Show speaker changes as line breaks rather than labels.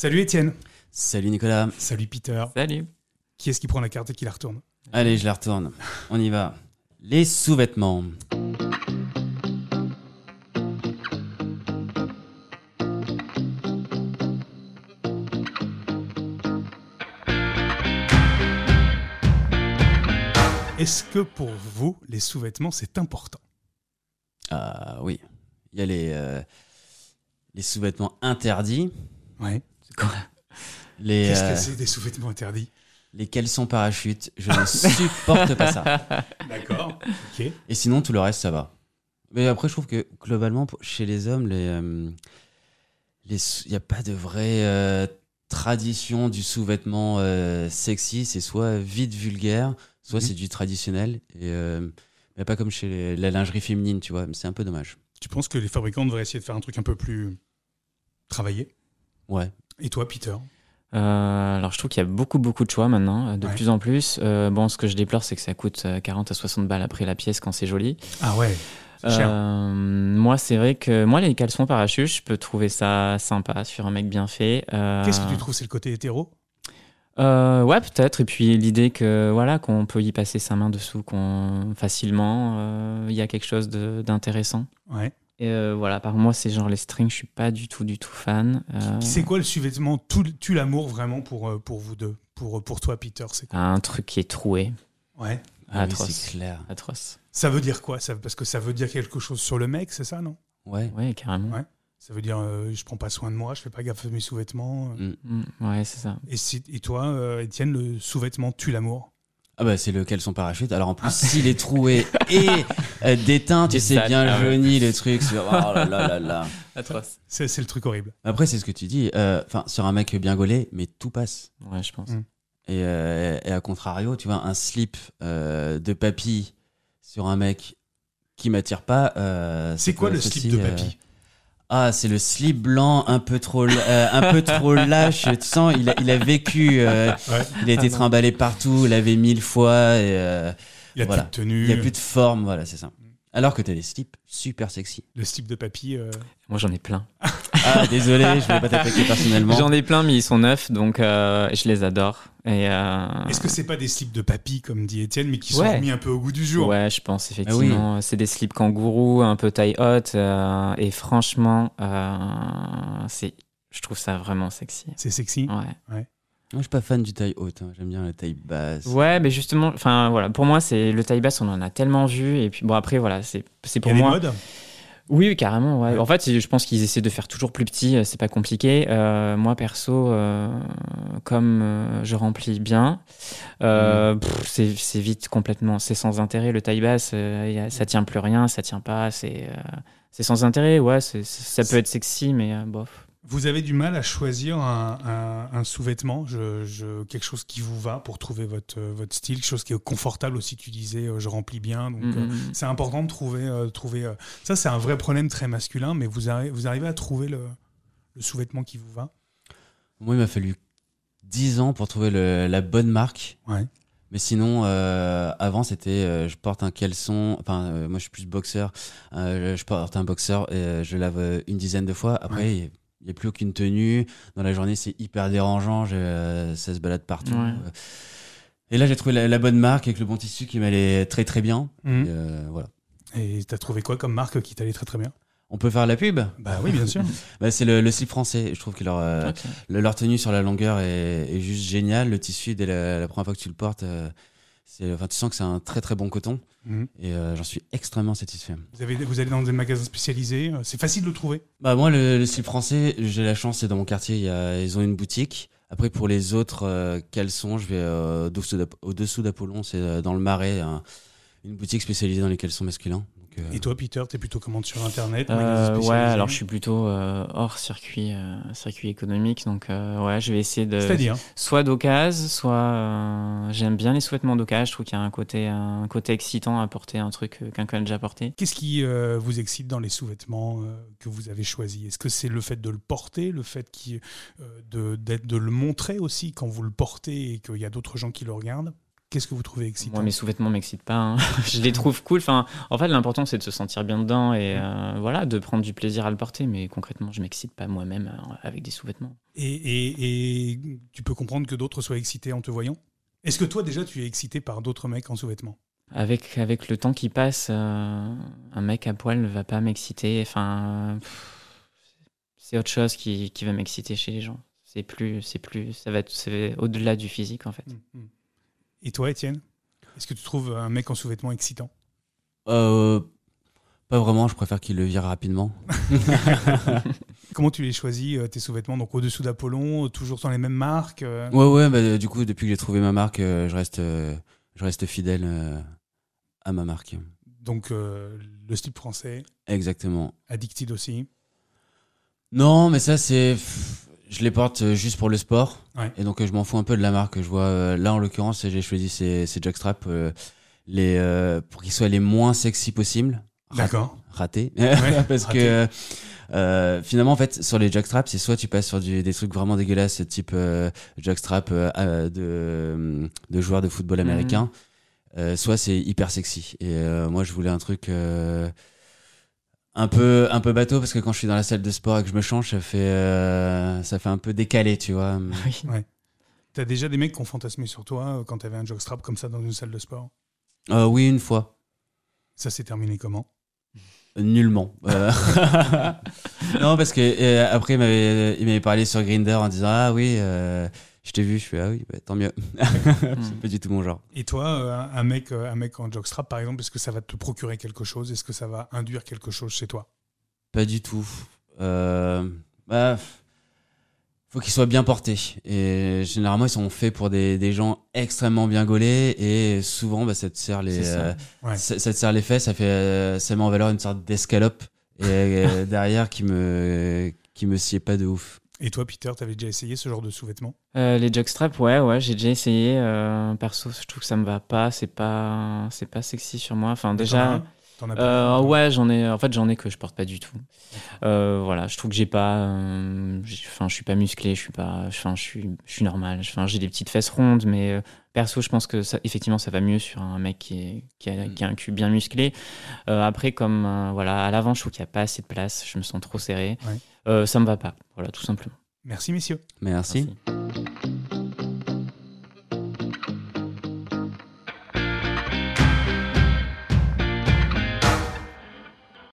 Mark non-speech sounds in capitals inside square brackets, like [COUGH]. Salut Étienne.
Salut Nicolas.
Salut Peter.
Salut.
Qui est-ce qui prend la carte et qui la retourne
Allez, je la retourne. On y va. Les sous-vêtements.
Est-ce que pour vous, les sous-vêtements, c'est important
Ah oui. Il y a les, euh, les sous-vêtements interdits.
Ouais.
Quoi Les,
Qu'est-ce
euh,
que c'est des sous-vêtements interdits
les caleçons parachutes. Je ne supporte pas ça.
D'accord. Ok.
Et sinon, tout le reste, ça va. Mais après, je trouve que globalement, pour- chez les hommes, les, euh, les sou- il n'y a pas de vraie euh, tradition du sous-vêtement euh, sexy. C'est soit vite vulgaire, soit
Mhm.
c'est du traditionnel. Et euh, mais pas comme chez les- la lingerie féminine, tu vois. Mais C'est un peu dommage.
Tu penses que les fabricants devraient essayer de faire un truc un peu plus travaillé
Ouais.
Et toi, Peter
Euh, alors je trouve qu'il y a beaucoup beaucoup de choix maintenant, euh, de
Ouais.
plus en plus. Euh, bon, ce que je déplore, c'est que ça coûte euh, 40 à 60 balles après la pièce quand c'est joli.
Ah ouais. C'est cher.
Euh, moi, c'est vrai que moi les caleçons parachutes, je peux trouver ça sympa sur un mec bien fait. Euh,
Qu'est-ce que tu trouves C'est le côté hétéro
euh, Ouais, peut-être. Et puis l'idée que voilà qu'on peut y passer sa main dessous qu'on facilement, euh, il y a quelque chose de- d'intéressant.
Ouais.
Et euh, voilà, par moi, c'est genre les strings, je suis pas du tout du tout fan. Euh,
C'est quoi le sous-vêtement tout- Tue l'amour vraiment pour, euh, pour vous deux pour, pour toi, Peter, c'est quoi
un truc qui est troué,
Ouais.
Ah oui,
Atroce.
c'est clair.
atroce.
Ça veut dire quoi ça, Parce que ça veut dire quelque chose sur le mec, c'est ça, non
Ouais.
Ouais, carrément.
Ça veut dire euh, je prends pas soin de moi, je fais pas gaffe à mes sous-vêtements. euh.
Mm, Ouais, c'est ça.
Et, si- et toi, euh, Étienne, le sous-vêtement tue l'amour.
Ah bah c'est le caleçon parachute. Alors en plus [LAUGHS] s'il est troué et euh, déteint, tu
Et
sais
sale,
bien
ah ouais.
jauni le truc. sur- Oh là là là là.
Atroce.
C'est c'est le truc horrible.
Après c'est ce que tu dis. euh, Enfin sur un mec bien gaulé, mais tout passe.
Ouais, je pense.
Mm.
Et, euh, et à contrario, tu vois un slip euh, de papy sur un mec qui m'attire pas. euh, ça
C'est quoi
peut
le
être
slip
aussi,
de
euh,
papy
Ah c'est le slip blanc un peu trop l- euh, un peu
[LAUGHS]
trop lâche. Tu sens il a, il a vécu. euh,
Ouais.
il a
Ah
été trimballé partout, il avait mille fois. Et, euh,
Il a
Voilà.
plus de tenue.
Il n'y a plus de forme, voilà, c'est ça. Alors que t'as des slips super sexy.
Le slip de papy. euh,
Moi, j'en ai plein.
Ah, désolé, je voulais pas t'attaquer personnellement.
J'en ai plein, mais ils sont neufs, donc euh, je les adore. Et, euh,
Est-ce que c'est pas des slips de papy, comme dit Étienne, mais qui sont
Ouais.
remis un peu au goût du jour
Ouais, je pense
Ah
effectivement. C'est des slips kangourous, un peu taille haute, euh, et franchement, euh, c'est, je trouve ça vraiment sexy.
C'est sexy.
Ouais.
Moi, je suis pas fan du taille haute, hein. j'aime bien la taille basse.
Ouais, mais justement, enfin voilà, pour moi, c'est le taille basse, on en a tellement vu, et puis bon après voilà, c'est,
Il y
c'est pour
a
moi.
des modes.
Oui, oui, carrément. ouais.
Ouais.
En fait, c'est- je pense qu'ils essaient de faire toujours plus petit. euh, C'est pas compliqué. Euh, moi, perso, euh, comme euh, je remplis bien, euh,
Mm.
pff, c'est c'est vite complètement. C'est sans intérêt. Le taille basse, euh, y a- ça tient plus rien, ça tient pas. C'est euh, c'est sans intérêt. Ouais, c'est- c'est- ça peut être sexy, mais euh, bof.
Vous avez du mal à choisir un, un- un sous-vêtement, je- je- quelque chose qui vous va pour trouver votre, euh, votre style, quelque chose qui est confortable aussi. Tu disais, euh, je remplis bien. Donc, euh,
Mm, mm.
c'est important de trouver. euh, trouver euh, Ça, c'est un vrai problème très masculin, mais vous, arri- vous arrivez à trouver le, le sous-vêtement qui vous va.
Moi, il m'a fallu 10 ans pour trouver le- la bonne marque.
Ouais.
Mais sinon, euh, avant, c'était euh, je porte un caleçon. Enfin, euh, moi, je suis plus boxeur. Euh, je porte un boxeur et euh, je lave euh, une dizaine de fois. Après, il n'y a plus aucune tenue. Dans la journée, c'est hyper dérangeant. j'ai, euh, ça se balade partout.
Ouais.
Et là, j'ai trouvé la, la bonne marque avec le bon tissu qui m'allait très très bien.
Hum.
Et, euh, voilà.
Et t'as trouvé quoi comme marque qui t'allait très très bien
On peut faire la pub
Bah oui, bien sûr.
Bah, c'est le, le slip français. Je trouve que leur, euh, le- leur tenue sur la longueur est, est juste géniale. Le tissu, dès la, la première fois que tu le portes, euh, c'est, enfin, tu sens que c'est un très très bon coton.
[LAUGHS] Mhm.
Et euh, j'en suis extrêmement satisfait.
Vous, avez, vous allez dans des magasins spécialisés, euh, c'est facile de le trouver.
Bah, moi, le, le slip français, j'ai la chance, c'est dans mon quartier, il y a- ils ont une boutique. Après, pour les autres euh, caleçons, je vais euh, au-dessous d'Ap- au-dessous d'Apollon, c'est euh, dans le Marais, un- une boutique spécialisée dans les caleçons masculins. Donc, euh,
Et toi, Peter, t'es plutôt commande sur Internet magasins
Euh, ouais,
spécialisés
alors je suis plutôt euh, hors circuit, euh, circuit économique, donc euh, ouais, je vais essayer de.
C'est-à-dire
soit d'occasion, soit euh, j'aime bien les sous-vêtements d'occasion. Je trouve qu'il y a un côté, un côté excitant à porter un truc euh, qu'un collègue a déjà porté.
Qu'est-ce qui euh, vous excite dans les sous-vêtements euh, que vous avez choisis Est-ce que c'est le fait de le porter, le fait qui, euh, de, d'être- de le montrer aussi quand vous le portez et qu'il y a d'autres gens qui le regardent Qu'est-ce que vous trouvez excitant
Moi, mes sous-vêtements m'excitent pas. hein. [LAUGHS] je les trouve cool. Enfin, en fait, l'important, c'est de se sentir bien dedans et euh, voilà, de prendre du plaisir à le porter. Mais concrètement, je m'excite pas moi-même euh, avec des sous-vêtements.
et, et- et tu peux comprendre que d'autres soient excités en te voyant Est-ce que toi, déjà, tu es excité par d'autres mecs en sous-vêtements
Avec, avec le temps qui passe, euh, un mec à poil ne va pas m'exciter. Enfin, pff, c'est autre chose qui, qui va m'exciter chez les gens. C'est plus, c'est plus, ça va être c'est au-delà du physique en fait.
Et toi, Étienne Est-ce que tu trouves un mec en sous-vêtements excitant
Euh, pas vraiment, je préfère qu'il le vire rapidement.
Comment tu les choisis, euh, tes sous-vêtements Donc, au-dessous d'Apollon, euh, toujours dans les mêmes marques euh,
Ouais, ouais, bah, euh, du coup, depuis que j'ai trouvé ma marque, euh, je, reste, euh, je reste fidèle euh, à ma marque.
Donc, euh, le slip français,
Exactement.
Addicted aussi.
Non, mais ça, c'est. pff, Je les porte euh, juste pour le sport.
Ouais.
Et donc, euh, je m'en fous un peu de la marque que je vois. Euh, Là, en l'occurrence, j'ai choisi ces, ces jockstraps euh, les, euh, pour qu'ils soient les moins sexy possibles.
D'accord.
Raté.
Ouais,
[LAUGHS] Parce
raté.
que euh, finalement, en fait, sur les jockstraps, c'est soit tu passes sur du- des trucs vraiment dégueulasses, type euh, jockstrap euh, euh, de, de joueurs de football
Mhm.
américain, euh, soit c'est hyper sexy. Et euh, moi, je voulais un truc euh, un peu un peu bateau parce que quand je suis dans la salle de sport et que je me change, ça fait euh, ça fait un peu décalé, tu vois.
Oui.
T'as déjà des mecs qui ont fantasmé sur toi euh, quand t'avais un jockstrap comme ça dans une salle de sport
Euh, oui, une fois,
Ça s'est terminé comment
nullement.
[LAUGHS]
Euh, [LAUGHS] non, parce que euh, après, il m'avait il m'avait parlé sur Grinder en disant ah oui, euh, je t'ai vu, je fais ah oui, bah, tant mieux. c'est pas du tout mon genre.
Et toi, euh, un un mec, euh, un mec en jockstrap, par exemple, est-ce que ça va te procurer quelque chose Est-ce que ça va induire quelque chose chez toi
Pas du tout. Euh, bah, f- faut qu'ils soient bien portés. Et généralement, ils sont faits pour des, des gens extrêmement bien gaulés. Et souvent, bah, ça te serre les,
C'est ça.
euh,
Ouais.
ça, ça te serre les fesses. Ça fait, euh, ça met en valeur une sorte d'escalope et euh, [LAUGHS] derrière qui me, qui me sied pas de ouf.
Et toi, Peter, t'avais déjà essayé ce genre de sous-vêtements
Euh, les jockstraps, ouais, ouais, j'ai déjà essayé. euh, perso, je trouve que ça me va pas. C'est pas, c'est pas sexy sur moi. Enfin, déjà.
T'en as
Euh,
pas
ouais, j'en ai. En fait, j'en ai que je porte pas du tout. Euh, voilà, je trouve que j'ai pas. euh, j'ai- Enfin, je suis pas musclé, je suis pas. Enfin, je suis, je suis normal. Enfin, j'ai des petites fesses rondes, mais euh, perso, je pense que ça, effectivement, ça va mieux sur un mec qui, est, qui, a,
Mm.
qui a un cul bien musclé. Euh, après, comme euh, voilà, à l'avant, je trouve qu'il y a pas assez de place. Je me sens trop serré.
Ouais.
Euh, ça me va pas. Voilà, tout simplement.
Merci, messieurs.
Merci.
Merci.